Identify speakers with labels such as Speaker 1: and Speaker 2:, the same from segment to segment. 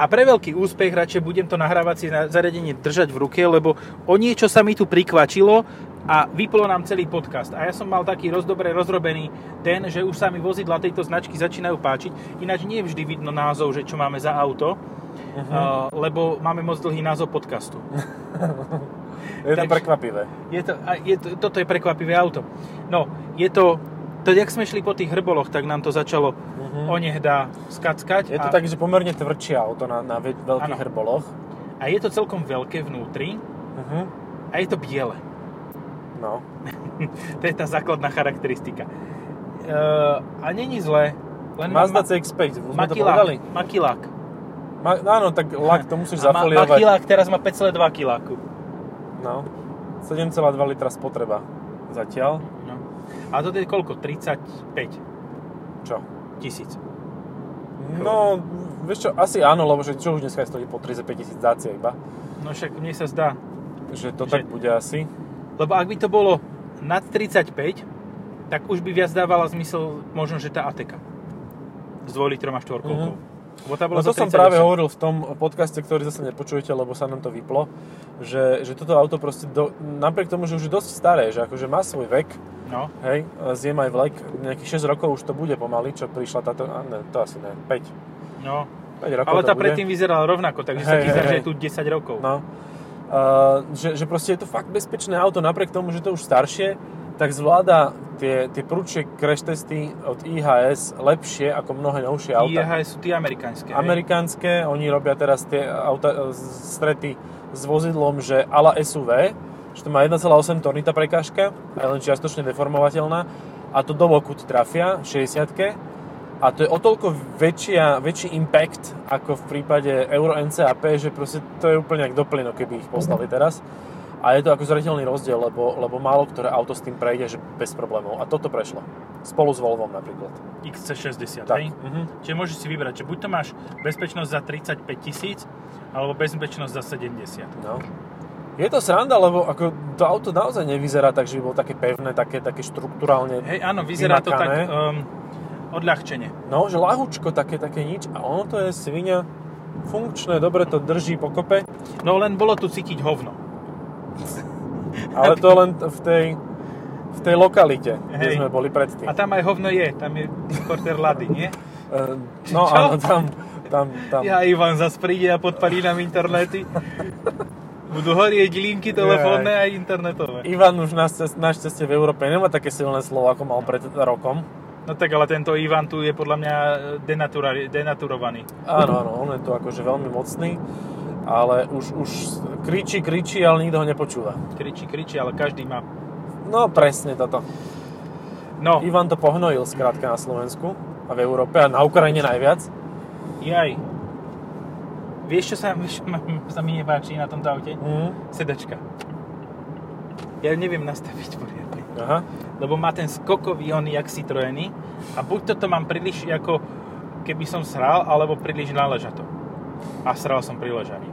Speaker 1: A pre veľký úspech radšej budem to nahrávacie zariadenie držať v ruke, lebo o niečo sa mi tu prikvačilo a vyplo nám celý podcast. A ja som mal taký roz, dobre rozrobený ten, že už sa mi vozidla tejto značky začínajú páčiť. Ináč nie je vždy vidno názov, že čo máme za auto, uh-huh.
Speaker 2: Mhm.
Speaker 1: uh, lebo máme moc dlhý názov podcastu.
Speaker 2: je to
Speaker 1: Takže-
Speaker 2: prekvapivé.
Speaker 1: Je to, a je to, toto je prekvapivé auto. No, je to... To, jak sme šli po tých hrboloch, tak nám to začalo uh-huh. onehdá skackať.
Speaker 2: Mhm. Je to
Speaker 1: a,
Speaker 2: tak, že pomerne tvrdšie auto na, na ve- veľkých
Speaker 1: Áno.
Speaker 2: hrboloch.
Speaker 1: a je to celkom veľké vnútri Mhm.
Speaker 2: Uh-huh.
Speaker 1: a je to biele.
Speaker 2: No.
Speaker 1: To je tá základná charakteristika. E, a není zle. Len
Speaker 2: Mazda CX-5, už sme to povedali.
Speaker 1: makilák, makilák.
Speaker 2: Ma- áno, tak lak to musíš
Speaker 1: A ma-
Speaker 2: zafoliovať.
Speaker 1: makilák teraz má 5,2 kiláku.
Speaker 2: No. 7,2 litra spotreba zatiaľ.
Speaker 1: No. A to je koľko? 35
Speaker 2: Čo?
Speaker 1: tisíc.
Speaker 2: No, vieš čo, asi áno, lebo že čo už dneska stojí po 35 tisíc dácia iba.
Speaker 1: No však mne sa zdá.
Speaker 2: Že to
Speaker 1: Že-
Speaker 2: tak bude asi.
Speaker 1: Lebo ak by to bolo nad 35, tak už by viac dávala zmysel možno, že tá Ateka. S 2 litrom a 4
Speaker 2: Mhm.
Speaker 1: Lebo tá bola
Speaker 2: No to
Speaker 1: za
Speaker 2: som práve
Speaker 1: 38.
Speaker 2: hovoril v tom podcaste, ktorý zase nepočujete, lebo sa nám to vyplo, že, že toto auto proste, do, napriek tomu, že už je dosť staré, že akože má svoj vek,
Speaker 1: No,
Speaker 2: hej, zjem aj vlek, nejakých 6 rokov už to bude pomaly, čo prišla táto, a ne, to asi ne, 5,
Speaker 1: no.
Speaker 2: 5 rokov
Speaker 1: Ale
Speaker 2: to
Speaker 1: tá
Speaker 2: bude.
Speaker 1: predtým vyzerala rovnako, takže sa
Speaker 2: Hej,
Speaker 1: ti
Speaker 2: hej,
Speaker 1: zdá, že
Speaker 2: hej.
Speaker 1: je tu 10 rokov.
Speaker 2: No. Uh, že, že proste je to fakt bezpečné auto, napriek tomu, že to už staršie, tak zvláda tie, tie prúčie crash testy od IHS lepšie ako mnohé novšie auta.
Speaker 1: IHS sú tie amerikánske. hej?
Speaker 2: Amerikánske, oni robia teraz tie auta, e, strety s vozidlom, že ala SUV, že to má 1,8 tóny tá prekážka, a je len čiastočne deformovateľná, a to do boku ti trafia, 60 a to je o toľko väčšia, väčší impact ako v prípade Euro NCAP, že proste to je úplne ako doplino, keby ich poslali teraz. A je to ako zretelný rozdiel, lebo, lebo málo ktoré auto s tým prejde, že bez problémov. A toto prešlo. Spolu s Volvom napríklad.
Speaker 1: XC60,
Speaker 2: Tak.
Speaker 1: hej?
Speaker 2: Mhm.
Speaker 1: Čiže môžeš si vybrať, že buď to máš bezpečnosť za 35 tisíc, alebo bezpečnosť za 70.
Speaker 2: No. Je to sranda, lebo ako to auto naozaj nevyzerá tak, že by bolo také pevné, také, také štruktúrálne
Speaker 1: Hej, áno, vyzerá to tak
Speaker 2: vymakané.
Speaker 1: um, odľahčene.
Speaker 2: No, že lahučko, také, také nič. A ono to je svinia funkčné, dobre to drží pokope,
Speaker 1: No len bolo tu cítiť hovno.
Speaker 2: ale to len v tej, v tej lokalite, kde
Speaker 1: Hej.
Speaker 2: sme boli predtým.
Speaker 1: A tam aj hovno je, tam je importer Lady, nie?
Speaker 2: Ehm, no
Speaker 1: Čo?
Speaker 2: áno, tam, tam, tam.
Speaker 1: Ja Ivan zas príde a podpalí nám internety. Budú horieť linky telefónne a internetové.
Speaker 2: Ivan už našťastie, našťastie v Európe nemá také silné slovo, ako mal pred rokom.
Speaker 1: No tak ale tento Ivan tu je podľa mňa denatura- denaturovaný.
Speaker 2: Áno, áno, on je tu akože veľmi mocný, ale už, už kričí, kričí, ale nikto ho nepočúva.
Speaker 1: Kričí, kričí, ale každý má.
Speaker 2: No presne toto.
Speaker 1: No,
Speaker 2: Oh. Ivan to pohnojil skrátka na Slovensku a v Európe a na Ukrajine najviac.
Speaker 1: Jaj. Vieš, čo sa, vieš, čo ma- sa mi nepáči na tomto aute?
Speaker 2: Mm.
Speaker 1: Sedačka. Ja ju neviem nastaviť poriadne.
Speaker 2: Aha.
Speaker 1: Lebo má ten skokový on jak Citroeny a buď toto mám príliš ako keby som sral, alebo príliš naležato. A sral som priležaný.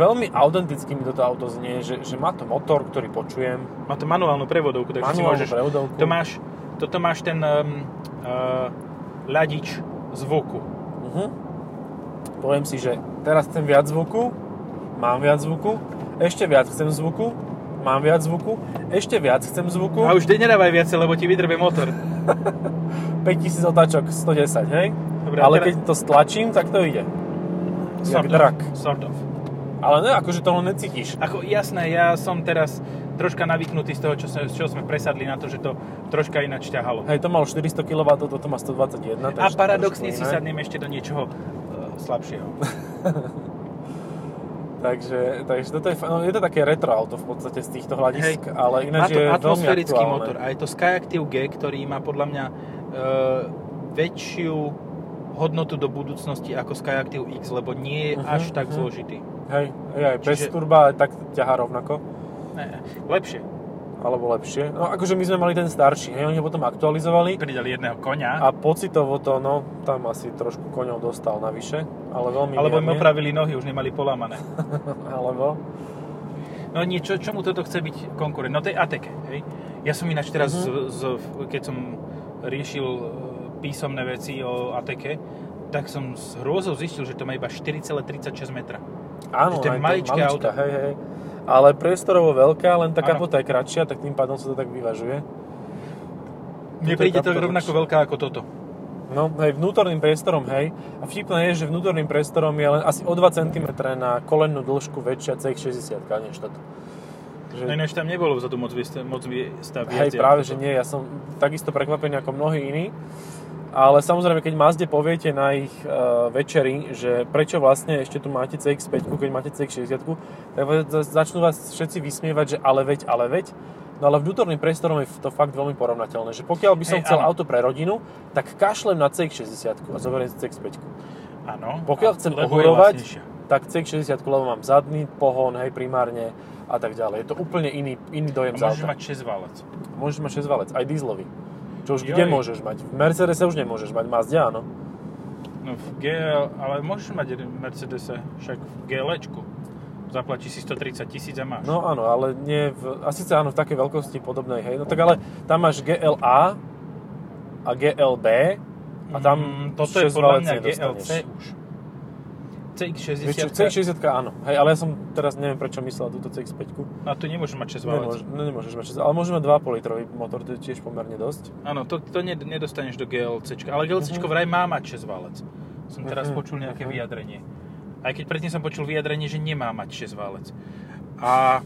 Speaker 2: Veľmi autenticky mi toto auto znie, že, že má to motor, ktorý počujem.
Speaker 1: Má to manuálnu prevodovku, takže
Speaker 2: Manuálnu
Speaker 1: si môžeš...
Speaker 2: prevodovku.
Speaker 1: To máš, toto máš ten um, uh, ľadič zvuku.
Speaker 2: Mhm. Poviem si, že teraz chcem viac zvuku, mám viac zvuku, ešte viac chcem zvuku, mám viac zvuku, ešte viac chcem zvuku.
Speaker 1: A už nedávaj viacej, lebo ti vydrbe motor.
Speaker 2: 5000 otáčok, 110, hej?
Speaker 1: Dobre, a
Speaker 2: Ale
Speaker 1: teraz-
Speaker 2: keď to stlačím, tak to ide. Jak
Speaker 1: Sort of.
Speaker 2: drak.
Speaker 1: Sort of.
Speaker 2: Ale ne, akože toho necítiš.
Speaker 1: Ako jasné, ja som teraz troška navyknutý z toho, čo, sme, čo sme presadli na to, že to troška ináč ťahalo.
Speaker 2: Hej, to malo 400 kW, toto má 121.
Speaker 1: A
Speaker 2: takže
Speaker 1: paradoxne
Speaker 2: trošku
Speaker 1: si
Speaker 2: iné.
Speaker 1: sadnem ešte do niečoho e, slabšieho.
Speaker 2: Takže, takže toto je, fa- no, je to také retro auto v podstate z týchto hľadisk,
Speaker 1: Hej. Má
Speaker 2: ale
Speaker 1: to
Speaker 2: ináč je veľmi
Speaker 1: atmosférický
Speaker 2: aktuálne.
Speaker 1: motor a je to Skyactiv G, ktorý má podľa mňa e, väčšiu hodnotu do budúcnosti ako Skyactiv X, lebo nie je
Speaker 2: Mhm,
Speaker 1: až tak
Speaker 2: mhm.
Speaker 1: zložitý.
Speaker 2: Hej, je aj bez
Speaker 1: Čiže-
Speaker 2: turba, aj tak ťahá rovnako,
Speaker 1: Ne, lepšie.
Speaker 2: alebo lepšie. No akože my sme mali ten starší, hej, oni ho potom aktualizovali
Speaker 1: Pridali jedného konia,
Speaker 2: a pocitovo to, no, tam asi trošku koňov dostal navyše, ale veľmi
Speaker 1: alebo im
Speaker 2: mierne.
Speaker 1: opravili nohy, už nemali polamané.
Speaker 2: Alebo,
Speaker 1: No niečo, čomu toto chce byť konkurent? No tej Ateke, hej? Ja som ináč teraz,
Speaker 2: Mhm.
Speaker 1: z, z, keď som riešil e, písomné veci o Ateke, tak som s hrôzou zistil, že to má iba 4,36 metra.
Speaker 2: Áno,
Speaker 1: Že to je
Speaker 2: aj to-
Speaker 1: maličké
Speaker 2: maličká,
Speaker 1: auto.
Speaker 2: Hej, hej. Ale priestorovo veľká, len tá
Speaker 1: Áno.
Speaker 2: kapota je kratšia, tak tým pádom sa to tak vyvažuje.
Speaker 1: Mne
Speaker 2: Toto je
Speaker 1: príde to
Speaker 2: kapitál.
Speaker 1: rovnako veľká ako toto.
Speaker 2: No, hej, vnútorným priestorom, hej. A vtipné je, že vnútorným priestorom je len asi o 2 cm na kolennú dĺžku väčšia CX-60, než toto. Že,
Speaker 1: No ináč tam nebolo vzadu moc, vieste- moc stav
Speaker 2: hej, práve, že nie, ja som takisto prekvapený ako mnohí iní. Ale samozrejme, keď Mazde poviete na ich uh, večeri, že prečo vlastne ešte tu máte CX-5, keď máte CX-60, tak vás- začnú vás všetci vysmievať, že ale veď, ale veď. No ale vnútorným priestorom je to fakt veľmi porovnateľné, že pokiaľ by som
Speaker 1: Hej,
Speaker 2: chcel
Speaker 1: áno.
Speaker 2: auto pre rodinu, tak kašlem na CX-60 a zoberiem si CX-5.
Speaker 1: Áno.
Speaker 2: Pokiaľ
Speaker 1: A
Speaker 2: chcem
Speaker 1: lebo je
Speaker 2: ohurovať,
Speaker 1: lacnejšia.
Speaker 2: tak CX-60 lebo mám zadný pohon, hej, primárne a tak ďalej. Je to úplne iný, iný
Speaker 1: A
Speaker 2: dojem z
Speaker 1: môžeš
Speaker 2: auta.
Speaker 1: mať 6 válec.
Speaker 2: Môžeš mať 6 valec, aj dieselový. Čo už
Speaker 1: Joj.
Speaker 2: kde môžeš mať? V Mercedese už nemôžeš mať, Mazde áno.
Speaker 1: No v GL, ale môžeš mať jeden Mercedese, však v GLčku. Zaplatíš si 130 tisíc a máš.
Speaker 2: No áno, ale nie v... A síce áno, v takej veľkosti podobnej, hej. No tak ale tam máš GLA a GLB a tam
Speaker 1: Mm, toto je podľa mňa GLC už.
Speaker 2: Vieš čo,
Speaker 1: CX-60,
Speaker 2: CX-60 áno, hej, ale ja som teraz neviem prečo myslel túto CX-5.
Speaker 1: a tu No nemôžeš mať 6 válec.
Speaker 2: Nemôž, no nemôžeš mať 6, ale môžeš mať 2,5 litrový motor, to je tiež pomerne ddosť.
Speaker 1: Áno, to, to ne- nedostaneš do GLCčka, ale GLCčko vraj má mať 6 válec. Som teraz
Speaker 2: Mhm,
Speaker 1: počul nejaké
Speaker 2: mhm.
Speaker 1: vyjadrenie. Aj keď predtým som počul vyjadrenie, že nemá mať 6 válec. A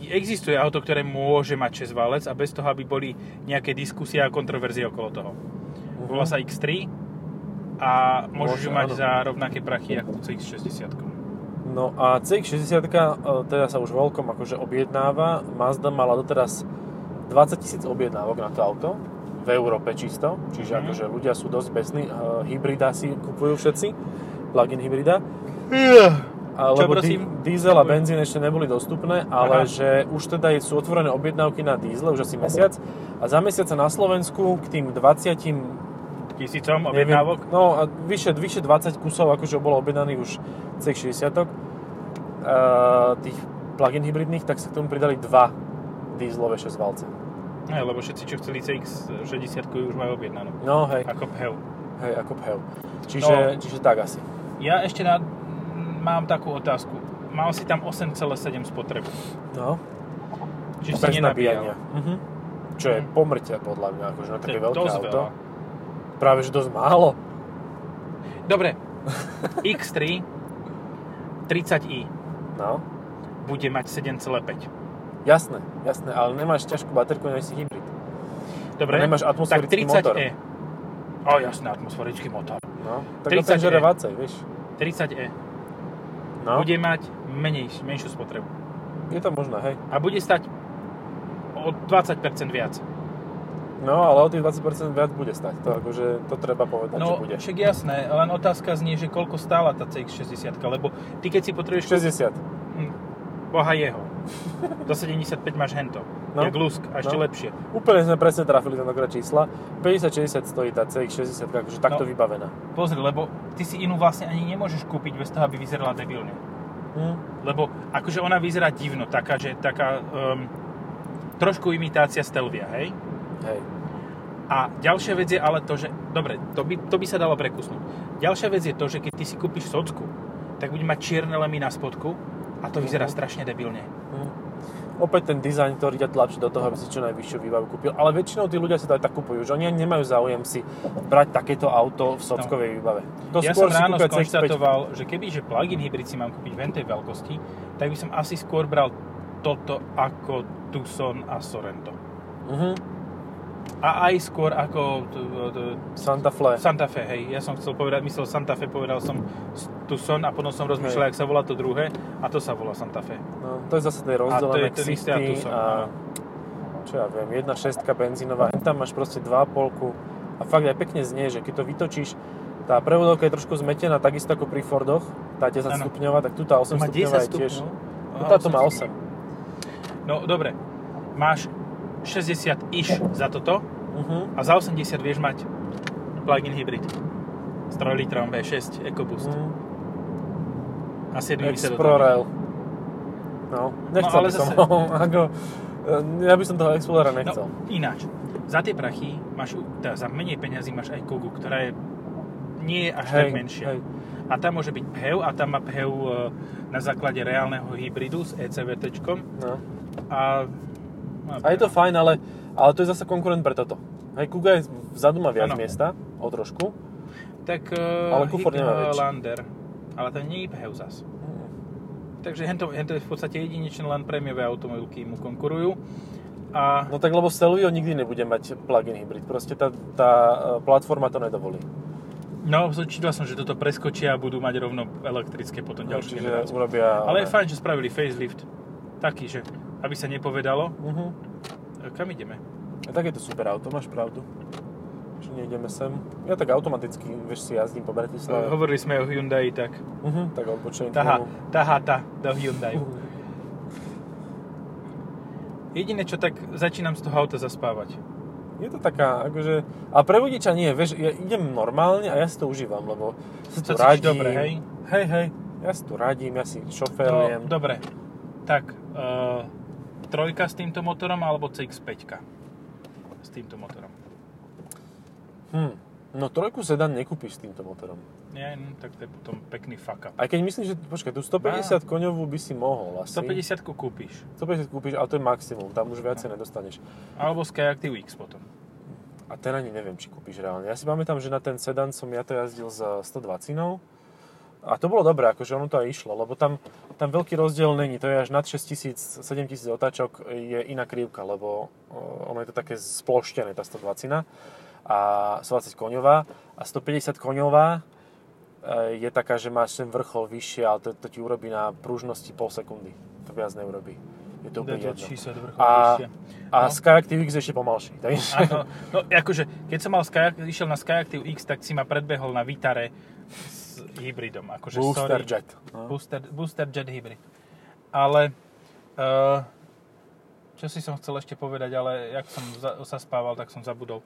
Speaker 1: e, existuje auto, ktoré môže mať 6 válec a bez toho, aby boli nejaké diskusie a kontroverzie okolo toho. Volá sa X3 a môžeš
Speaker 2: Mhm. Môže,
Speaker 1: ju mať
Speaker 2: áno.
Speaker 1: za rovnaké prachy ako CX-60.
Speaker 2: No a CX-60 e, teda sa už veľkom akože objednáva. Mazda mala doteraz 20 tisíc objednávok na to auto v Európe čisto, čiže
Speaker 1: Mhm.
Speaker 2: akože ľudia sú dosť besní, e, hybrida si kupujú všetci, plug-in hybrida, alebo
Speaker 1: prosím?
Speaker 2: di- diesel a benzín ešte neboli dostupné, ale
Speaker 1: Aha.
Speaker 2: že už teda sú otvorené objednávky na diesel už asi mesiac a za mesiac sa na Slovensku k tým 20
Speaker 1: Tisícom
Speaker 2: Neviem,
Speaker 1: objednávok.
Speaker 2: No a vyše, vyše 20 kusov akože bolo objednaných už CX-60 uh, tých plug-in hybridných, tak sa k tomu pridali dva dízlové 6 valce.
Speaker 1: Ne, lebo všetci, čo chceli CX-60, ju už majú objednanú.
Speaker 2: No hej,
Speaker 1: Ako phev.
Speaker 2: hej, ako phev. Čiže,
Speaker 1: No.
Speaker 2: čiže tak asi.
Speaker 1: Ja ešte na, mám takú otázku. Mal si tam 8,7 spotrebu.
Speaker 2: No,
Speaker 1: Čiže si
Speaker 2: bez nabíjania.
Speaker 1: nenabíjal.
Speaker 2: Mhm. Čo je pomrťa podľa mňa, akože na
Speaker 1: To je
Speaker 2: také veľké
Speaker 1: dosť
Speaker 2: auto.
Speaker 1: veľa.
Speaker 2: Práve že dosť málo.
Speaker 1: Dobre. X3 30i
Speaker 2: No,
Speaker 1: bude mať 7,5.
Speaker 2: jasné, jasné, ale nemáš ťažkú baterku, než si hybrid.
Speaker 1: Dobre?
Speaker 2: A nemáš atmosférický
Speaker 1: tak 30
Speaker 2: motor.
Speaker 1: E. O, jasné, atmosférický motor.
Speaker 2: No, tak
Speaker 1: 30
Speaker 2: 30 žere
Speaker 1: je.
Speaker 2: vácej, vieš.
Speaker 1: 30e
Speaker 2: No,
Speaker 1: bude mať menej, menšiu spotrebu.
Speaker 2: je to možné, hej.
Speaker 1: A bude stať o 20% viac.
Speaker 2: No, ale o tých 20% viac bude stať. To, akože, to treba povedať, že
Speaker 1: No,
Speaker 2: bude.
Speaker 1: však jasné, len otázka znie, že koľko stála tá CX-60, lebo ty keď si potrebuješ
Speaker 2: 60.
Speaker 1: Boha jeho. Za 75 máš hento.
Speaker 2: No.
Speaker 1: No. Jak lusk, a ešte no.
Speaker 2: No.
Speaker 1: lepšie.
Speaker 2: Úplne sme presne trafili tentokrát čísla. 50-60 stojí tá CX-60, akože takto
Speaker 1: No.
Speaker 2: vybavená.
Speaker 1: Pozri, lebo ty si inú vlastne ani nemôžeš kúpiť bez toho, aby vyzerala debilne.
Speaker 2: Hm?
Speaker 1: Lebo akože ona vyzerá divno, taká, že taká um, trošku imitácia Stelvia, hej?
Speaker 2: Hej.
Speaker 1: A ďalšia vec je ale to, že, dobre, to by, to by sa dalo prekusnúť. Ďalšia vec je to, že keď ty si kúpiš socku, tak bude mať čierne lemy na spodku a to vyzerá
Speaker 2: Mhm.
Speaker 1: strašne debilne.
Speaker 2: Hm. Opäť ten dizajn, ktorý ťa tlačí do toho, aby si čo najvyššiu výbavu kúpil. Ale väčšinou tí ľudia si to aj tak kupujú, že oni ani nemajú záujem si brať takéto auto v sockovej výbave. To
Speaker 1: No. ja
Speaker 2: skôr
Speaker 1: som
Speaker 2: si
Speaker 1: ráno
Speaker 2: kúpia CX-5.
Speaker 1: skonštatoval, že keby že plug-in hybrid si mám kúpiť v tej veľkosti, tak by som asi skôr bral toto ako Tucson a Sorento.
Speaker 2: Mhm.
Speaker 1: A aj skôr ako t- t-
Speaker 2: Santa Fe.
Speaker 1: Santa Fe, hej. Ja som chcel povedať, myslel Santa Fe, povedal som s- Tucson a potom som rozmýšľal,
Speaker 2: Hej.
Speaker 1: jak sa volá to druhé a to sa volá Santa Fe.
Speaker 2: No, to je zase tej
Speaker 1: to je
Speaker 2: rozdelené
Speaker 1: ten istý no.
Speaker 2: ksifty
Speaker 1: Atusov,
Speaker 2: a čo ja viem, 1.6 benzínová, hen tam máš proste 2,5 a fakt aj pekne znie, že keď to vytočíš, tá prevodovka je trošku zmetená, takisto ako pri Fordoch, tá 10
Speaker 1: Áno.
Speaker 2: stupňová, tak tu tá 8 stupňová je tiež. No, táto má 8.
Speaker 1: No, dobre. Máš 60 iš za toto
Speaker 2: Uh-huh.
Speaker 1: a za 80 vieš mať plug-in hybrid s 3 litrom V6 EcoBoost.
Speaker 2: Mm,
Speaker 1: A 7
Speaker 2: Explorer. No, nechcel
Speaker 1: No, ale
Speaker 2: by som
Speaker 1: zase-
Speaker 2: ho, ako, e, ja by som toho Explorera nechcel.
Speaker 1: No, ináč. Za tie prachy máš, u- teda za menej peňazí máš aj Kogu, ktorá je nie je až
Speaker 2: Hej,
Speaker 1: tak menšia.
Speaker 2: hej.
Speaker 1: A tam môže byť PHEV a tam má PHEV e, na základe reálneho hybridu s E ECVT.
Speaker 2: No.
Speaker 1: A,
Speaker 2: A je to fajn, ale, ale to je zase konkurent pre toto. Hej, Kuga je vzadu má viac
Speaker 1: Áno.
Speaker 2: miesta, o trošku.
Speaker 1: tak ale
Speaker 2: Ale kufor nemá väčší.
Speaker 1: Lander. Ale to nie je PHEV zas. Takže hento, hento je v podstate jedinečné len prémiové automobilky mu konkurujú. A
Speaker 2: No tak lebo Stelvio nikdy nebude mať plug-in hybrid. Proste tá, tá e, platforma to nedovolí.
Speaker 1: no, čítal som, že toto preskočia a budú mať rovno elektrické potom ďalšie
Speaker 2: Čiže
Speaker 1: generácie.
Speaker 2: urobia...
Speaker 1: Ale je fajn, že spravili facelift. Taký, že aby sa nepovedalo.
Speaker 2: Uh-huh.
Speaker 1: E, Kam ideme?
Speaker 2: A tak je to super auto, máš pravdu. Že nejdeme sem. Ja tak automaticky, vieš, si jazdím po Bratislave.
Speaker 1: Hovorili sme o Hyundai, tak
Speaker 2: Uh-huh. Tak odbočením.
Speaker 1: tahá, tahá tá do Hyundai.
Speaker 2: Uh.
Speaker 1: Jediné, čo tak začínam z toho auta zaspávať.
Speaker 2: Je to taká, akože... A pre vodiča nie, vieš, ja idem normálne a ja si to užívam, lebo
Speaker 1: Sa
Speaker 2: si tu
Speaker 1: cítiš
Speaker 2: radím.
Speaker 1: dobre, hej?
Speaker 2: Hej, No, hej. Ja si tu radím, ja si šoferujem.
Speaker 1: To, dobre. Tak, e, trojka s týmto motorom alebo CX-5 s týmto motorom?
Speaker 2: Hm. No trojku sedan nekúpiš s týmto motorom.
Speaker 1: Nie, no, tak to je potom pekný fuck up.
Speaker 2: Aj keď myslím, že počkaj, tú 150 koňovú by si mohol asi.
Speaker 1: 150 kúpiš.
Speaker 2: 150 kúpiš, ale to je maximum, tam už viacej nedostaneš.
Speaker 1: Alebo Skyactiv X potom.
Speaker 2: A ten ani neviem, či kúpiš reálne. Ja si pamätám, že na ten sedan som ja to jazdil s 120 a to bolo dobré, akože ono to aj išlo, lebo tam, tam veľký rozdiel není, to je až nad 6000, 7000 otáčok je iná krivka, lebo o, ono je to také sploštené, tá 120 a 120 koňová a 150 koňová e, je taká, že máš ten vrchol vyššie, ale to, to ti urobí na pružnosti pol sekundy, to viac neurobí. Je to úplne
Speaker 1: Dá to
Speaker 2: jedno.
Speaker 1: číslo do vrcholu
Speaker 2: A,
Speaker 1: ešte.
Speaker 2: a
Speaker 1: No.
Speaker 2: Skyactiv X je ešte pomalší. Takže...
Speaker 1: Áno, no akože, keď som mal Sky, išiel na Skyactiv X, tak si ma predbehol na Vitare s hybridom. Akože,
Speaker 2: Booster
Speaker 1: sorry.
Speaker 2: Jet. No.
Speaker 1: Booster, Booster Jet Hybrid. Ale, uh, čo si som chcel ešte povedať, ale jak som za, sa spával, tak som zabudol.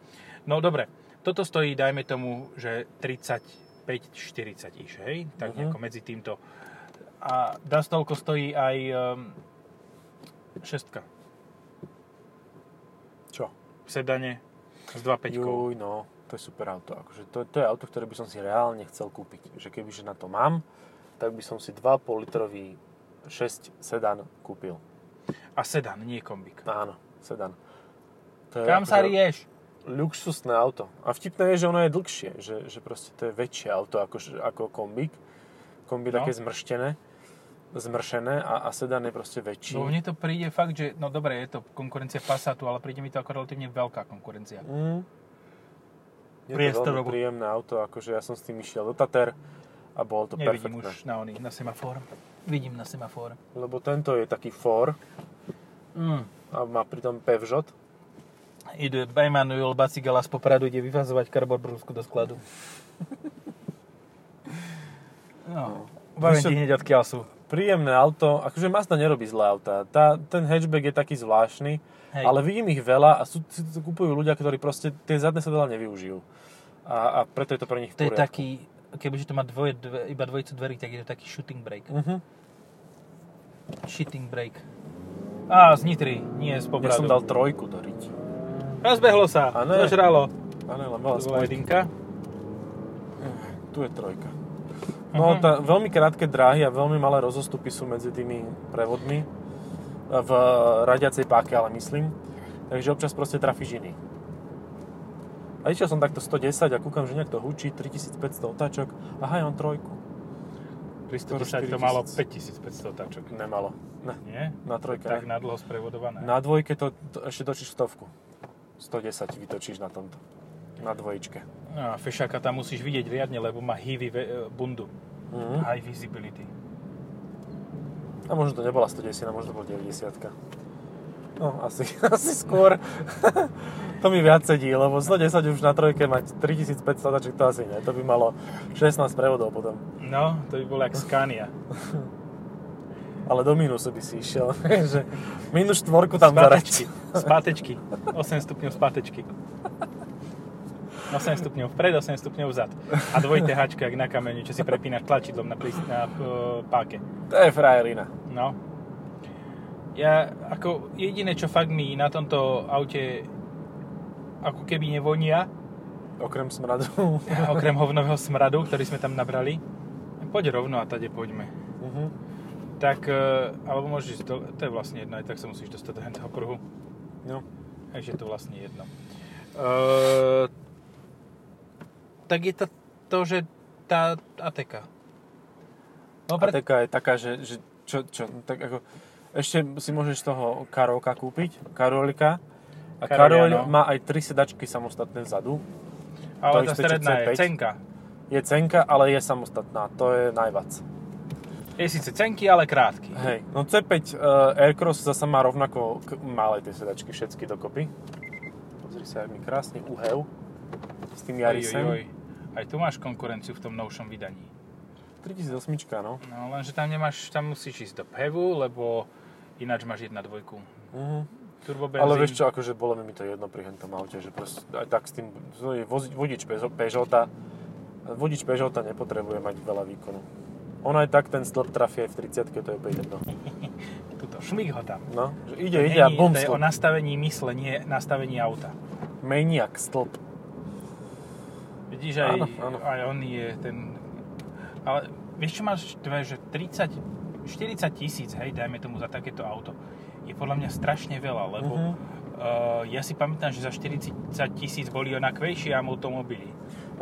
Speaker 1: No dobre, toto stojí, dajme tomu, že 35-40 iš, hej? Tak
Speaker 2: Mhm.
Speaker 1: nejako medzi týmto. A dá toľko stojí aj um, šestka
Speaker 2: Čo?
Speaker 1: v sedane s 2.5.
Speaker 2: Juj, no, to je super auto. Akože to, to je auto, ktoré by som si reálne chcel kúpiť. Že kebyže na to mám, tak by som si 2,5 litrový 6 sedan kúpil.
Speaker 1: A sedan, nie kombik.
Speaker 2: Áno, sedan. To je
Speaker 1: Kam sa
Speaker 2: akože
Speaker 1: rieš?
Speaker 2: Luxusné auto. A vtipné je, že ono je dlhšie. Že, že proste to je väčšie auto ako, ako kombík. Kombi
Speaker 1: No.
Speaker 2: no. také zmrštené zmršené a, a sedan je proste väčší.
Speaker 1: No mne to príde fakt, že, no dobre, je to konkurencia Passatu, ale príde mi to ako relatívne veľká konkurencia.
Speaker 2: Mm. Je to
Speaker 1: Priestorovo.
Speaker 2: veľmi príjemné auto, akože ja som s tým išiel do Tater a bolo to
Speaker 1: Nevidím
Speaker 2: perfektné.
Speaker 1: už na oný, na semafor. Vidím na semafor.
Speaker 2: Lebo tento je taký for
Speaker 1: Mm.
Speaker 2: a má pritom Peugeot.
Speaker 1: Ide Emanuel Bacigala z Popradu, ide vyvazovať karbobrúsku do skladu. No, bavím
Speaker 2: Vieš čo-
Speaker 1: ti hneď odkiaľ sú.
Speaker 2: Príjemné auto, akože Mazda nerobí zlé auta. Tá, ten hatchback je taký zvláštny,
Speaker 1: Hej.
Speaker 2: ale vidím ich veľa a sú, si to kupujú ľudia, ktorí proste tie zadné sedadla nevyužijú. A, a preto je to pre nich v
Speaker 1: To je
Speaker 2: poriadku.
Speaker 1: taký, kebyže to má dvoje, dve, iba dvojicu dverí, tak je to taký shooting break.
Speaker 2: Mhm.
Speaker 1: Shooting break. Á, z Nitry, nie z
Speaker 2: Ja
Speaker 1: Popradu.
Speaker 2: som dal trojku do riť.
Speaker 1: Rozbehlo sa,
Speaker 2: A ne.
Speaker 1: zožralo.
Speaker 2: Áno, len
Speaker 1: To
Speaker 2: veľa
Speaker 1: bola
Speaker 2: spojky.
Speaker 1: jedinka.
Speaker 2: Tu je trojka. No,
Speaker 1: Mhm.
Speaker 2: tá, veľmi krátke dráhy a veľmi malé rozostupy sú medzi tými prevodmi v radiacej páke, ale myslím. Takže občas proste trafíš iný. A išiel som takto 110 a kúkam, že nejak to hučí, 3500 otáčok. Aha, ja mám trojku.
Speaker 1: Pri 110 to
Speaker 2: 40 000.
Speaker 1: malo 5500 tačok.
Speaker 2: Nemalo. Ne,
Speaker 1: Nie?
Speaker 2: na trojke.
Speaker 1: Tak No.
Speaker 2: Tak,
Speaker 1: nadlho sprevodované.
Speaker 2: na dvojke to, to ešte točíš stovku. 110 vytočíš na tomto. Na dvojičke.
Speaker 1: No A fešáka tam musíš vidieť riadne, lebo má hivy ve- e, bundu.
Speaker 2: Mhm.
Speaker 1: High visibility.
Speaker 2: A možno to nebola 110, možno to bola 90. No, asi, asi skôr. to mi viac sedí, lebo 110 už na trojke mať 3500, tak to asi ne. To by malo 16 prevodov potom.
Speaker 1: No, to by bolo jak Scania.
Speaker 2: Ale do mínusu by si išiel. že minus štvorku tam
Speaker 1: Spátečky.
Speaker 2: zarať.
Speaker 1: Spátečky. 8 stupňov spátečky. 8 stupňov vpred, 8 stupňov vzad. A dvojité háčko, jak na kameni, čo si prepínaš tlačidlom na, prís- na e, páke.
Speaker 2: To je frajerina.
Speaker 1: No. Ja, ako jediné, čo fakt mi na tomto aute ako keby nevonia,
Speaker 2: Okrem smradu.
Speaker 1: Okrem hovnového smradu, ktorý sme tam nabrali. Poď rovno a tade poďme.
Speaker 2: Mhm.
Speaker 1: Tak, e, alebo môžeš, ísť dole, to je vlastne jedno, aj tak sa musíš dostať do toho kruhu.
Speaker 2: No.
Speaker 1: Takže je to vlastne jedno. E, tak je to to, že tá Ateka. No,
Speaker 2: A
Speaker 1: pre,
Speaker 2: taká je taká, že, že čo, čo, no tak ako, ešte si môžeš toho Karolka kúpiť, Karolika. A
Speaker 1: Karoliano.
Speaker 2: Karol má aj tri sedačky samostatné vzadu.
Speaker 1: ale tá
Speaker 2: to isté, čo
Speaker 1: stredná je
Speaker 2: C5.
Speaker 1: cenka.
Speaker 2: Je cenka, ale je samostatná. To je najvac.
Speaker 1: Je síce cenky, ale krátky.
Speaker 2: Hej. No C5 uh, Aircross zasa má rovnako k- malé tie sedačky, všetky dokopy. Pozri sa, mi krásny uhev s tým Yarisem.
Speaker 1: Aj tu máš konkurenciu v tom novšom vydaní.
Speaker 2: 3008, no.
Speaker 1: No lenže tam nemáš, tam musíš ísť do pevu, lebo ináč máš 1.2.
Speaker 2: Mhm.
Speaker 1: Turbo benzín.
Speaker 2: Ale vieš čo, akože bolo mi to jedno pri hentom aute, že proste aj tak s tým, no je vozi- vodič Peugeot- Peugeota, vodič Peugeota nepotrebuje mať veľa výkonu. On aj tak ten stĺp trafí aj v 30 to je úplne jedno.
Speaker 1: Tuto, šmík ho tam.
Speaker 2: No, že ide,
Speaker 1: To
Speaker 2: ide a
Speaker 1: není-
Speaker 2: bum,
Speaker 1: To je o
Speaker 2: stĺp.
Speaker 1: nastavení mysle, nie nastavení auta.
Speaker 2: Maniak, stĺp.
Speaker 1: Vidíš, aj,
Speaker 2: Áno, áno.
Speaker 1: aj on je ten... Ale vieš, čo máš tvé, že 30, 40 tisíc, hej, dajme tomu za takéto auto, je podľa mňa strašne veľa, lebo
Speaker 2: Mhm.
Speaker 1: uh, ja si pamätám, že za 40 tisíc boli onakvejšie automobily.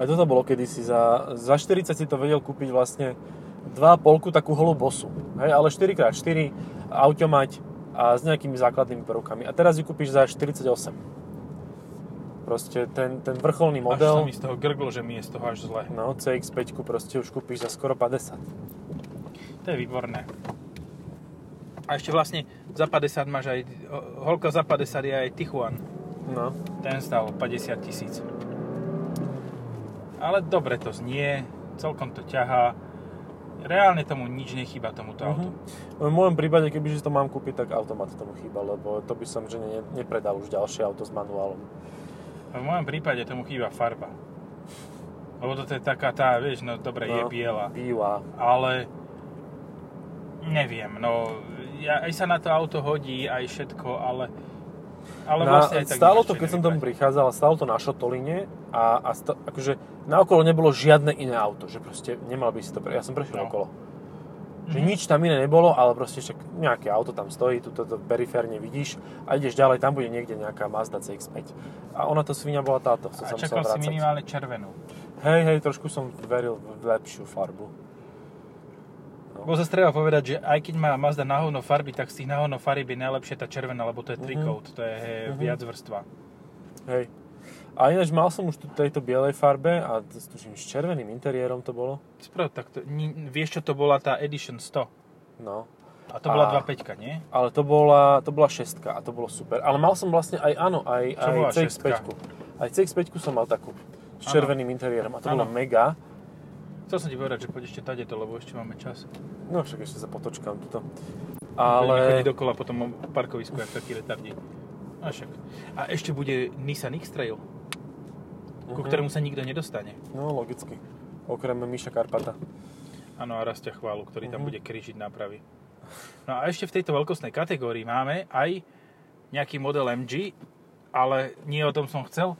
Speaker 2: Aj toto bolo kedysi. Za, za 40 si to vedel kúpiť vlastne 2,5 takú holú bosu. Hej, ale 4x4 automať a s nejakými základnými prvkami. A teraz ju kúpiš za 48. Proste ten, ten vrcholný
Speaker 1: Až sa
Speaker 2: model.
Speaker 1: mi z toho grglo, že mi je z toho až zle.
Speaker 2: No, CX-5 proste už kúpiš za skoro 50.
Speaker 1: To je výborné. A ešte vlastne za 50 máš aj, ho- holka za 50 je aj Tichuan.
Speaker 2: No,
Speaker 1: Ten stal 50 tisíc. Ale dobre to znie, celkom to ťahá. Reálne tomu nič nechýba tomuto
Speaker 2: Mhm.
Speaker 1: uh-huh. autu.
Speaker 2: v mojom prípade, kebyže to mám kúpiť, tak automat tomu chýba, lebo to by som že ne, nepredal už ďalšie auto s manuálom.
Speaker 1: A V mojom prípade tomu chýba farba. Lebo toto je taká tá, vieš, no dobre, no. je biela.
Speaker 2: Biela.
Speaker 1: ale neviem, no ja, aj sa na to auto hodí, aj všetko, ale ale
Speaker 2: na,
Speaker 1: vlastne aj tak
Speaker 2: stálo
Speaker 1: nič
Speaker 2: to,
Speaker 1: ešte
Speaker 2: keď som tomu
Speaker 1: nevypadne.
Speaker 2: prichádzal, stálo to na Šotoline a, a sta, akože naokolo nebolo žiadne iné auto, že proste nemal by si to, pre... ja som prešiel
Speaker 1: No. Mhm.
Speaker 2: no. okolo. Že nič tam iné nebolo, ale proste však nejaké auto tam stojí, tu toto periférne vidíš a ideš ďalej, tam bude niekde nejaká Mazda CX-5. A ona to svinia bola táto,
Speaker 1: A
Speaker 2: som sa musel
Speaker 1: čakal si
Speaker 2: vrácať. No.
Speaker 1: minimálne červenú.
Speaker 2: Hej, hej, trošku som veril v lepšiu farbu.
Speaker 1: Bo zase treba povedať, že aj keď má Mazda na hovno farby, tak z tých na hovno farieb je najlepšia tá červená, lebo
Speaker 2: Mhm.
Speaker 1: to je trikód, to je uh-huh. viac vrstva.
Speaker 2: Hej. A ináč mal som už tu tejto bielej farbe a t- tuším s červeným interiérom to bolo.
Speaker 1: Sprav, tak to, ni, vieš, čo to bola tá Edition 100?
Speaker 2: No.
Speaker 1: A to bola
Speaker 2: A-
Speaker 1: 2.5, nie?
Speaker 2: Ale to bola, to bola šestka a to bolo super. Ale mal som vlastne aj, áno, aj,
Speaker 1: Čo
Speaker 2: aj
Speaker 1: bola
Speaker 2: CX-5.
Speaker 1: šestka?
Speaker 2: Aj CX-5 som mal takú s
Speaker 1: Áno.
Speaker 2: červeným interiérom a to
Speaker 1: Áno.
Speaker 2: bolo mega.
Speaker 1: Chcel som ti povedať, že poď ešte tady to, lebo ešte máme čas.
Speaker 2: No však ešte sa potočkám tuto.
Speaker 1: Ale...
Speaker 2: Ale...
Speaker 1: Chodí dokola potom o parkovisku, jak taký retardí. A však. A ešte bude Nissan X-Trail, ku
Speaker 2: Mhm.
Speaker 1: ktorému sa nikto nedostane.
Speaker 2: No logicky. Okrem Miša Karpata.
Speaker 1: Áno, a Rastia Chválu, ktorý tam
Speaker 2: Mhm.
Speaker 1: bude krížiť nápravy. No a ešte v tejto veľkostnej kategórii máme aj nejaký model MG, ale nie o tom som chcel,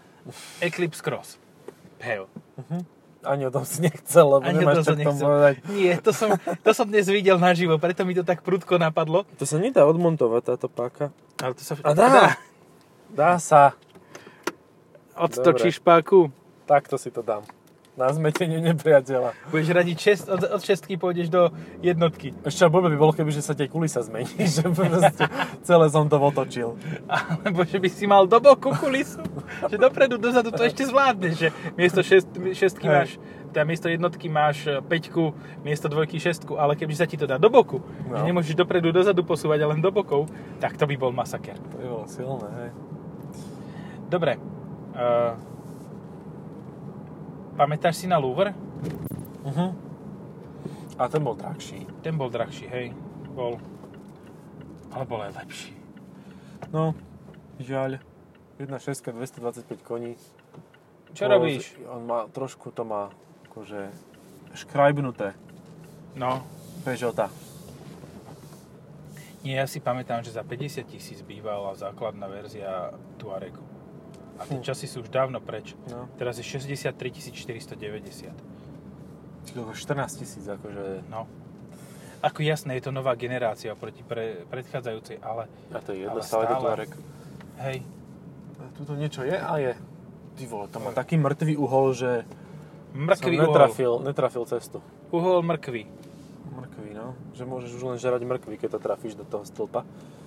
Speaker 1: Eclipse Cross. Hell.
Speaker 2: Ani o tom si nechcel, lebo
Speaker 1: Ani o tom
Speaker 2: nemáš čo
Speaker 1: sa
Speaker 2: k tomu
Speaker 1: nechcel.
Speaker 2: povedať.
Speaker 1: Nie, to som, to som dnes videl naživo, preto mi to tak prudko napadlo.
Speaker 2: To sa nedá odmontovať táto páka.
Speaker 1: Ale to sa...
Speaker 2: A dá! Dá sa.
Speaker 1: Odstočíš páku.
Speaker 2: Takto si to dám. Na zmetenie nepriateľa.
Speaker 1: Budeš radiť šest, od, od šestky pôjdeš do jednotky.
Speaker 2: Ešte aj blbé by bolo, keby že sa tie kulisa zmení, že proste celé som to otočil.
Speaker 1: Alebo že by si mal do boku kulisu. že dopredu, dozadu to ešte zvládneš. Že miesto šest, šestky
Speaker 2: Hej.
Speaker 1: máš, teda miesto jednotky máš e, peťku, miesto dvojky šestku, ale keby sa ti to dá do boku, no.
Speaker 2: No.
Speaker 1: že nemôžeš dopredu, dozadu posúvať, ale len do bokov, tak to by bol masaker.
Speaker 2: To je bolo silné, hej.
Speaker 1: Dobre. Uh, pamätáš si na Louvre?
Speaker 2: Uh-huh. A ten bol drahší.
Speaker 1: Ten bol drahší, hej. Bol. Ale bol aj lepší.
Speaker 2: No, žiaľ. 1.6, 225 koní.
Speaker 1: Čo
Speaker 2: Bol-
Speaker 1: robíš?
Speaker 2: On má, trošku to má, akože, škrajbnuté
Speaker 1: No,
Speaker 2: Peugeota.
Speaker 1: nie, ja si pamätám, že za 50 tisíc bývala základná verzia Tuaregu. A tie časy sú už dávno preč.
Speaker 2: No.
Speaker 1: Teraz je 63 490.
Speaker 2: Ty kokos, 14 tisíc, akože...
Speaker 1: No. Ako jasné, je to nová generácia proti pre, predchádzajúcej, ale
Speaker 2: A to je
Speaker 1: jedno,
Speaker 2: jedno,
Speaker 1: stále
Speaker 2: stále,
Speaker 1: to
Speaker 2: stále.
Speaker 1: tvarek. hej,
Speaker 2: Tuto niečo je a je. Ty vole, to má taký mŕtvý uhol, že som
Speaker 1: mrkvý uhol.
Speaker 2: netrafil, netrafil cestu.
Speaker 1: Uhol mrkvý.
Speaker 2: Mrkvý, no. Že môžeš už len žerať mrkvy, keď to trafíš do toho stĺpa.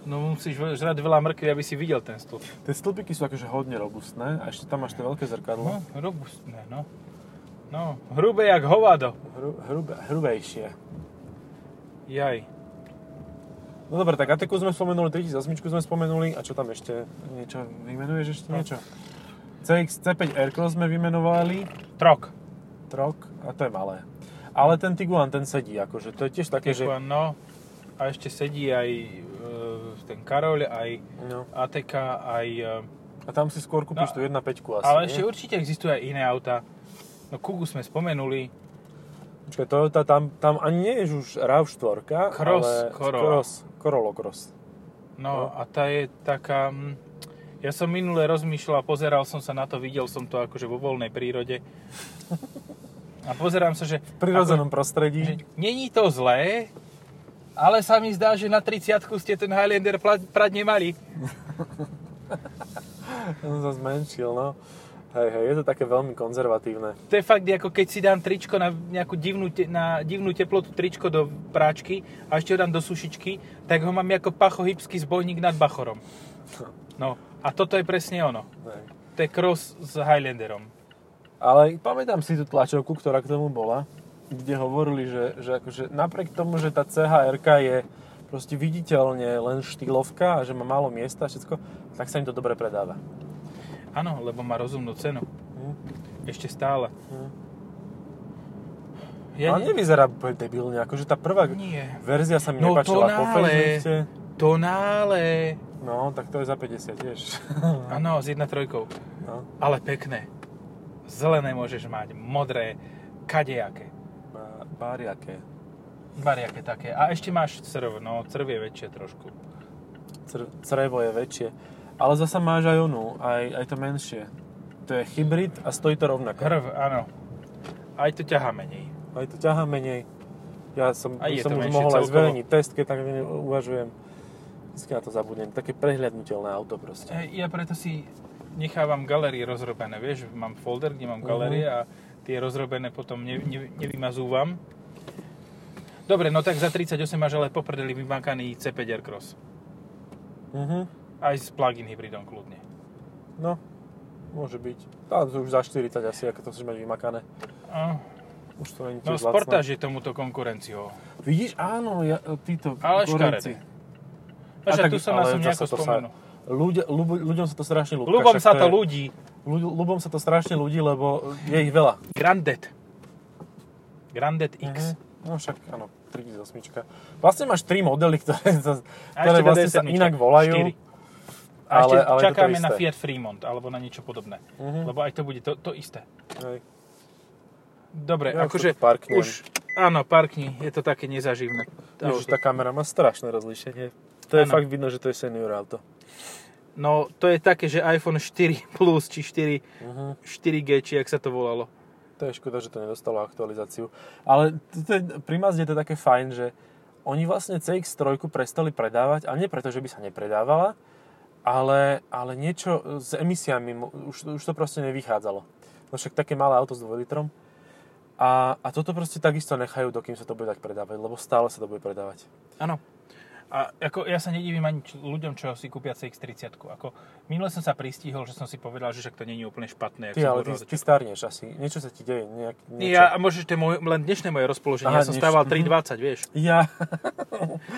Speaker 1: No musíš veľ- žrať veľa mrkvy, aby si videl ten stĺp.
Speaker 2: Tie stĺpiky sú akože hodne robustné a ešte tam máš to veľké
Speaker 1: No,
Speaker 2: zrkadlo.
Speaker 1: robustné, no. No, hrubé jak hovado.
Speaker 2: Hru, hrubé, hrubejšie.
Speaker 1: Jaj.
Speaker 2: No dobre, tak Ateku sme spomenuli, 3008 sme spomenuli a čo tam ešte? Niečo, vymenuješ ešte
Speaker 1: No.
Speaker 2: niečo? CX C5 Aircross sme vymenovali,
Speaker 1: Trok.
Speaker 2: Trok, a to je malé. Ale ten Tiguan, ten sedí, akože to je tiež také, že...
Speaker 1: Keďže... No, a ešte sedí aj e, ten Karol, aj
Speaker 2: No.
Speaker 1: Ateka, aj... E,
Speaker 2: A tam si skôr kúpiš
Speaker 1: No,
Speaker 2: tú 1.5 asi,
Speaker 1: ale
Speaker 2: Vlastne nie?
Speaker 1: ešte určite existujú aj iné auta. No, Kugu sme spomenuli.
Speaker 2: Počkaj, Toyota, tam, tam ani nie je už RAV4,
Speaker 1: Cross,
Speaker 2: ale...
Speaker 1: Corolla.
Speaker 2: Cross, Corolla Cross.
Speaker 1: No,
Speaker 2: No.
Speaker 1: a tá je taká... mm, Ja som minule rozmýšľal, pozeral som sa na to, videl som to akože vo voľnej prírode. A pozerám sa, že...
Speaker 2: V prirodzenom prostredí.
Speaker 1: Že Není to zlé, ale sa mi zdá, že na 30 ste ten Highlander pla- prať nemali.
Speaker 2: On sa zmenšil, no. Hej, hej, je to také veľmi konzervatívne.
Speaker 1: To je fakt, ako keď si dám tričko na nejakú divnú, te- na divnú teplotu tričko do práčky a ešte ho dám do sušičky, tak ho mám ako pachohybský zbojník nad bachorom. No, a toto je presne ono.
Speaker 2: Hej.
Speaker 1: To je cross s Highlanderom.
Speaker 2: Ale pamätám si tú tlačovku, ktorá k tomu bola, kde hovorili, že, že akože napriek tomu, že tá chr je proste viditeľne len štýlovka a že má málo miesta a všetko, tak sa im to dobre predáva.
Speaker 1: Áno, lebo má rozumnú cenu.
Speaker 2: Hm?
Speaker 1: Ešte stále.
Speaker 2: Hm.
Speaker 1: Ja ne-
Speaker 2: Ale nevyzerá úplne debilne, akože tá prvá
Speaker 1: Nie.
Speaker 2: verzia sa mi
Speaker 1: No
Speaker 2: nepáčila
Speaker 1: to
Speaker 2: po
Speaker 1: nále.
Speaker 2: Facebookte.
Speaker 1: Tonále.
Speaker 2: No, tak to je za 50 tiež.
Speaker 1: Áno, s jedna trojkou.
Speaker 2: No,
Speaker 1: Ale pekné. Zelené môžeš mať, modré, kadejaké.
Speaker 2: ba- báriaké.
Speaker 1: Bariaké také. A ešte máš crv, no crv je väčšie trošku.
Speaker 2: Cr- crevo je väčšie. Ale zasa máš aj onu, aj, aj to menšie. To je hybrid a stojí to rovnako.
Speaker 1: Krv, áno. Aj to ťahá menej.
Speaker 2: Aj to ťahá menej. Ja som,
Speaker 1: A je
Speaker 2: som
Speaker 1: to
Speaker 2: už
Speaker 1: menšie
Speaker 2: mohol aj
Speaker 1: celkovo.
Speaker 2: zverejniť test, keď tak ne- uvažujem. Vždycky na to zabudnem. Také prehľadnutelné auto proste.
Speaker 1: Hej, Ja preto si nechávam galerie rozrobené, vieš, mám folder, kde mám
Speaker 2: Mhm.
Speaker 1: galerie a tie rozrobené potom ne, ne, nevymazúvam. Dobre, no tak za 38 máš ale poprdeli vymakaný C5 Aircross.
Speaker 2: Mhm.
Speaker 1: Aj s plug-in hybridom kľudne.
Speaker 2: No, môže byť. Tam sú už za 40 asi, ako to chceš mať vymakané.
Speaker 1: A-
Speaker 2: Už to není
Speaker 1: No
Speaker 2: tiež lacné.
Speaker 1: Sportage je tomuto konkurenciou.
Speaker 2: Vidíš, áno, ja, títo
Speaker 1: Ale
Speaker 2: Korejci.
Speaker 1: No,
Speaker 2: A
Speaker 1: však
Speaker 2: tak-
Speaker 1: tu som na
Speaker 2: ale
Speaker 1: som
Speaker 2: zasa
Speaker 1: nejako
Speaker 2: to sa-
Speaker 1: spomenul.
Speaker 2: Ľudia, ľub, ľuďom sa to strašne ľúbi.
Speaker 1: Ľubom sa to ľudí.
Speaker 2: Ľubom sa to strašne ľudí, lebo je ich veľa.
Speaker 1: Grandet. Grandet X.
Speaker 2: Mhm. No však, áno, 3008. Vlastne máš tri modely, ktoré, sa, ktoré
Speaker 1: ešte
Speaker 2: vlastne sa
Speaker 1: DD7,
Speaker 2: inak volajú.
Speaker 1: štyri. A ešte
Speaker 2: Ale- ale je to to
Speaker 1: čakáme na
Speaker 2: isté.
Speaker 1: Fiat Fremont, alebo na niečo podobné.
Speaker 2: Mhm.
Speaker 1: Lebo aj to bude to, to isté.
Speaker 2: Hej.
Speaker 1: Dobre,
Speaker 2: Ja už
Speaker 1: akože
Speaker 2: to parknem.
Speaker 1: už... Áno, parkni, je to také nezaživné.
Speaker 2: Ježiš,
Speaker 1: auto.
Speaker 2: tá kamera má strašné rozlíšenie. To je
Speaker 1: Áno.
Speaker 2: fakt vidno, že to je senior auto.
Speaker 1: No, to je také, že iPhone 4 Plus, či 4,
Speaker 2: Mhm.
Speaker 1: 4G, či jak sa to volalo.
Speaker 2: To je škoda, že to nedostalo aktualizáciu. Ale to je, pri Mazde je to také fajn, že oni vlastne CX-3 prestali predávať, a nie preto, že by sa nepredávala, ale, ale niečo s emisiami, mo- už, už to proste nevychádzalo. No však také malé auto s 2 litrom. A, a toto proste takisto nechajú, dokým sa to bude dať predávať, lebo stále sa to bude predávať.
Speaker 1: Áno. A ako, ja sa nedivím ani č- ľuďom, čo si kúpia CX-30. Ako, minule som sa pristihol, že som si povedal, že však to nie je úplne špatné. jak som
Speaker 2: Ty, ale
Speaker 1: hovoril na
Speaker 2: ty, ty starneš asi. Niečo sa ti deje. Nejak, niečo.
Speaker 1: Nie, Ja, a môžeš, to je môj, len dnešné moje rozpoloženie.
Speaker 2: Aha,
Speaker 1: ja som
Speaker 2: dneš-
Speaker 1: stával
Speaker 2: mhm.
Speaker 1: 3.20, vieš.
Speaker 2: ja.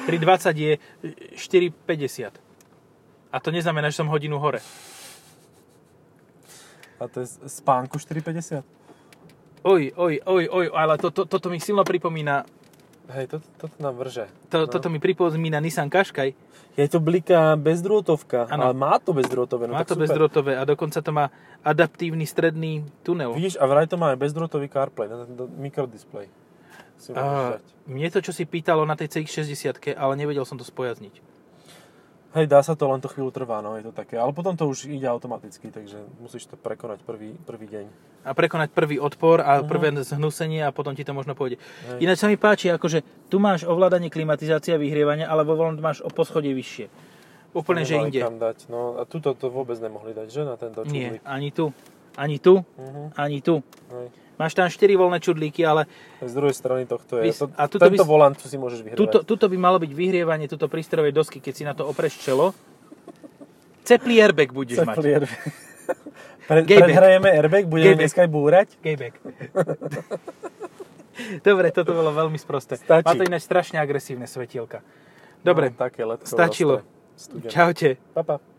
Speaker 1: 3.20 je 4.50. A to neznamená, že som hodinu hore.
Speaker 2: A to je z- spánku 4,50?
Speaker 1: Oj, oj, oj, oj, ale to, to, toto mi silno pripomína,
Speaker 2: Hej, to, toto nám vrže.
Speaker 1: to, toto mi pripomína Nissan Qashqai.
Speaker 2: Je to bliká bezdrôtovka,
Speaker 1: Áno.
Speaker 2: ale má to bezdrôtové. No
Speaker 1: Má to
Speaker 2: tak super.
Speaker 1: bezdrotové a dokonca to má adaptívny stredný tunel.
Speaker 2: Vidíš, a vraj to má aj bezdrôtový CarPlay, na tento mikrodisplej. Si môžeš
Speaker 1: A
Speaker 2: dať.
Speaker 1: mne to, čo si pýtalo na tej CX-60, ale nevedel som to spojazniť.
Speaker 2: Hej, dá sa to, len to chvíľu trvá, no je to také. Ale potom to už ide automaticky, takže musíš to prekonať prvý, prvý deň.
Speaker 1: a prekonať prvý odpor a prvé zhnusenie a potom ti to možno pôjde.
Speaker 2: Mhm. Hej.
Speaker 1: Ináč sa mi páči, akože tu máš ovládanie klimatizácie a vyhrievania, ale vo voľnom máš o poschodie vyššie. Úplne, že
Speaker 2: Nemali
Speaker 1: inde.
Speaker 2: Kam dať. No a tuto to vôbec nemohli dať, že? Na tento
Speaker 1: Nie,
Speaker 2: čudlik.
Speaker 1: ani tu. Ani tu,
Speaker 2: Mhm,
Speaker 1: ani tu.
Speaker 2: hej.
Speaker 1: Máš tam 4 voľné čudlíky, ale
Speaker 2: Z druhej strany tohto je.
Speaker 1: Vys-
Speaker 2: To,
Speaker 1: a
Speaker 2: a
Speaker 1: tuto
Speaker 2: tento
Speaker 1: vys-
Speaker 2: volant si môžeš vyhrať.
Speaker 1: tuto, tuto by malo byť vyhrievanie tuto prístrojovej dosky, keď si na to opreš čelo. Ceplý airbag budeš mať.
Speaker 2: Pre,
Speaker 1: Gayback.
Speaker 2: predhrajeme airbag, budeme
Speaker 1: Gayback.
Speaker 2: dneska aj búrať.
Speaker 1: Gayback. Dobre, toto bolo veľmi sprosté.
Speaker 2: Stačí.
Speaker 1: Má to ináč strašne agresívne svetielka. Dobre,
Speaker 2: No, také letko.
Speaker 1: stačilo.
Speaker 2: ostré, studené.
Speaker 1: čaute.
Speaker 2: Pa, pa.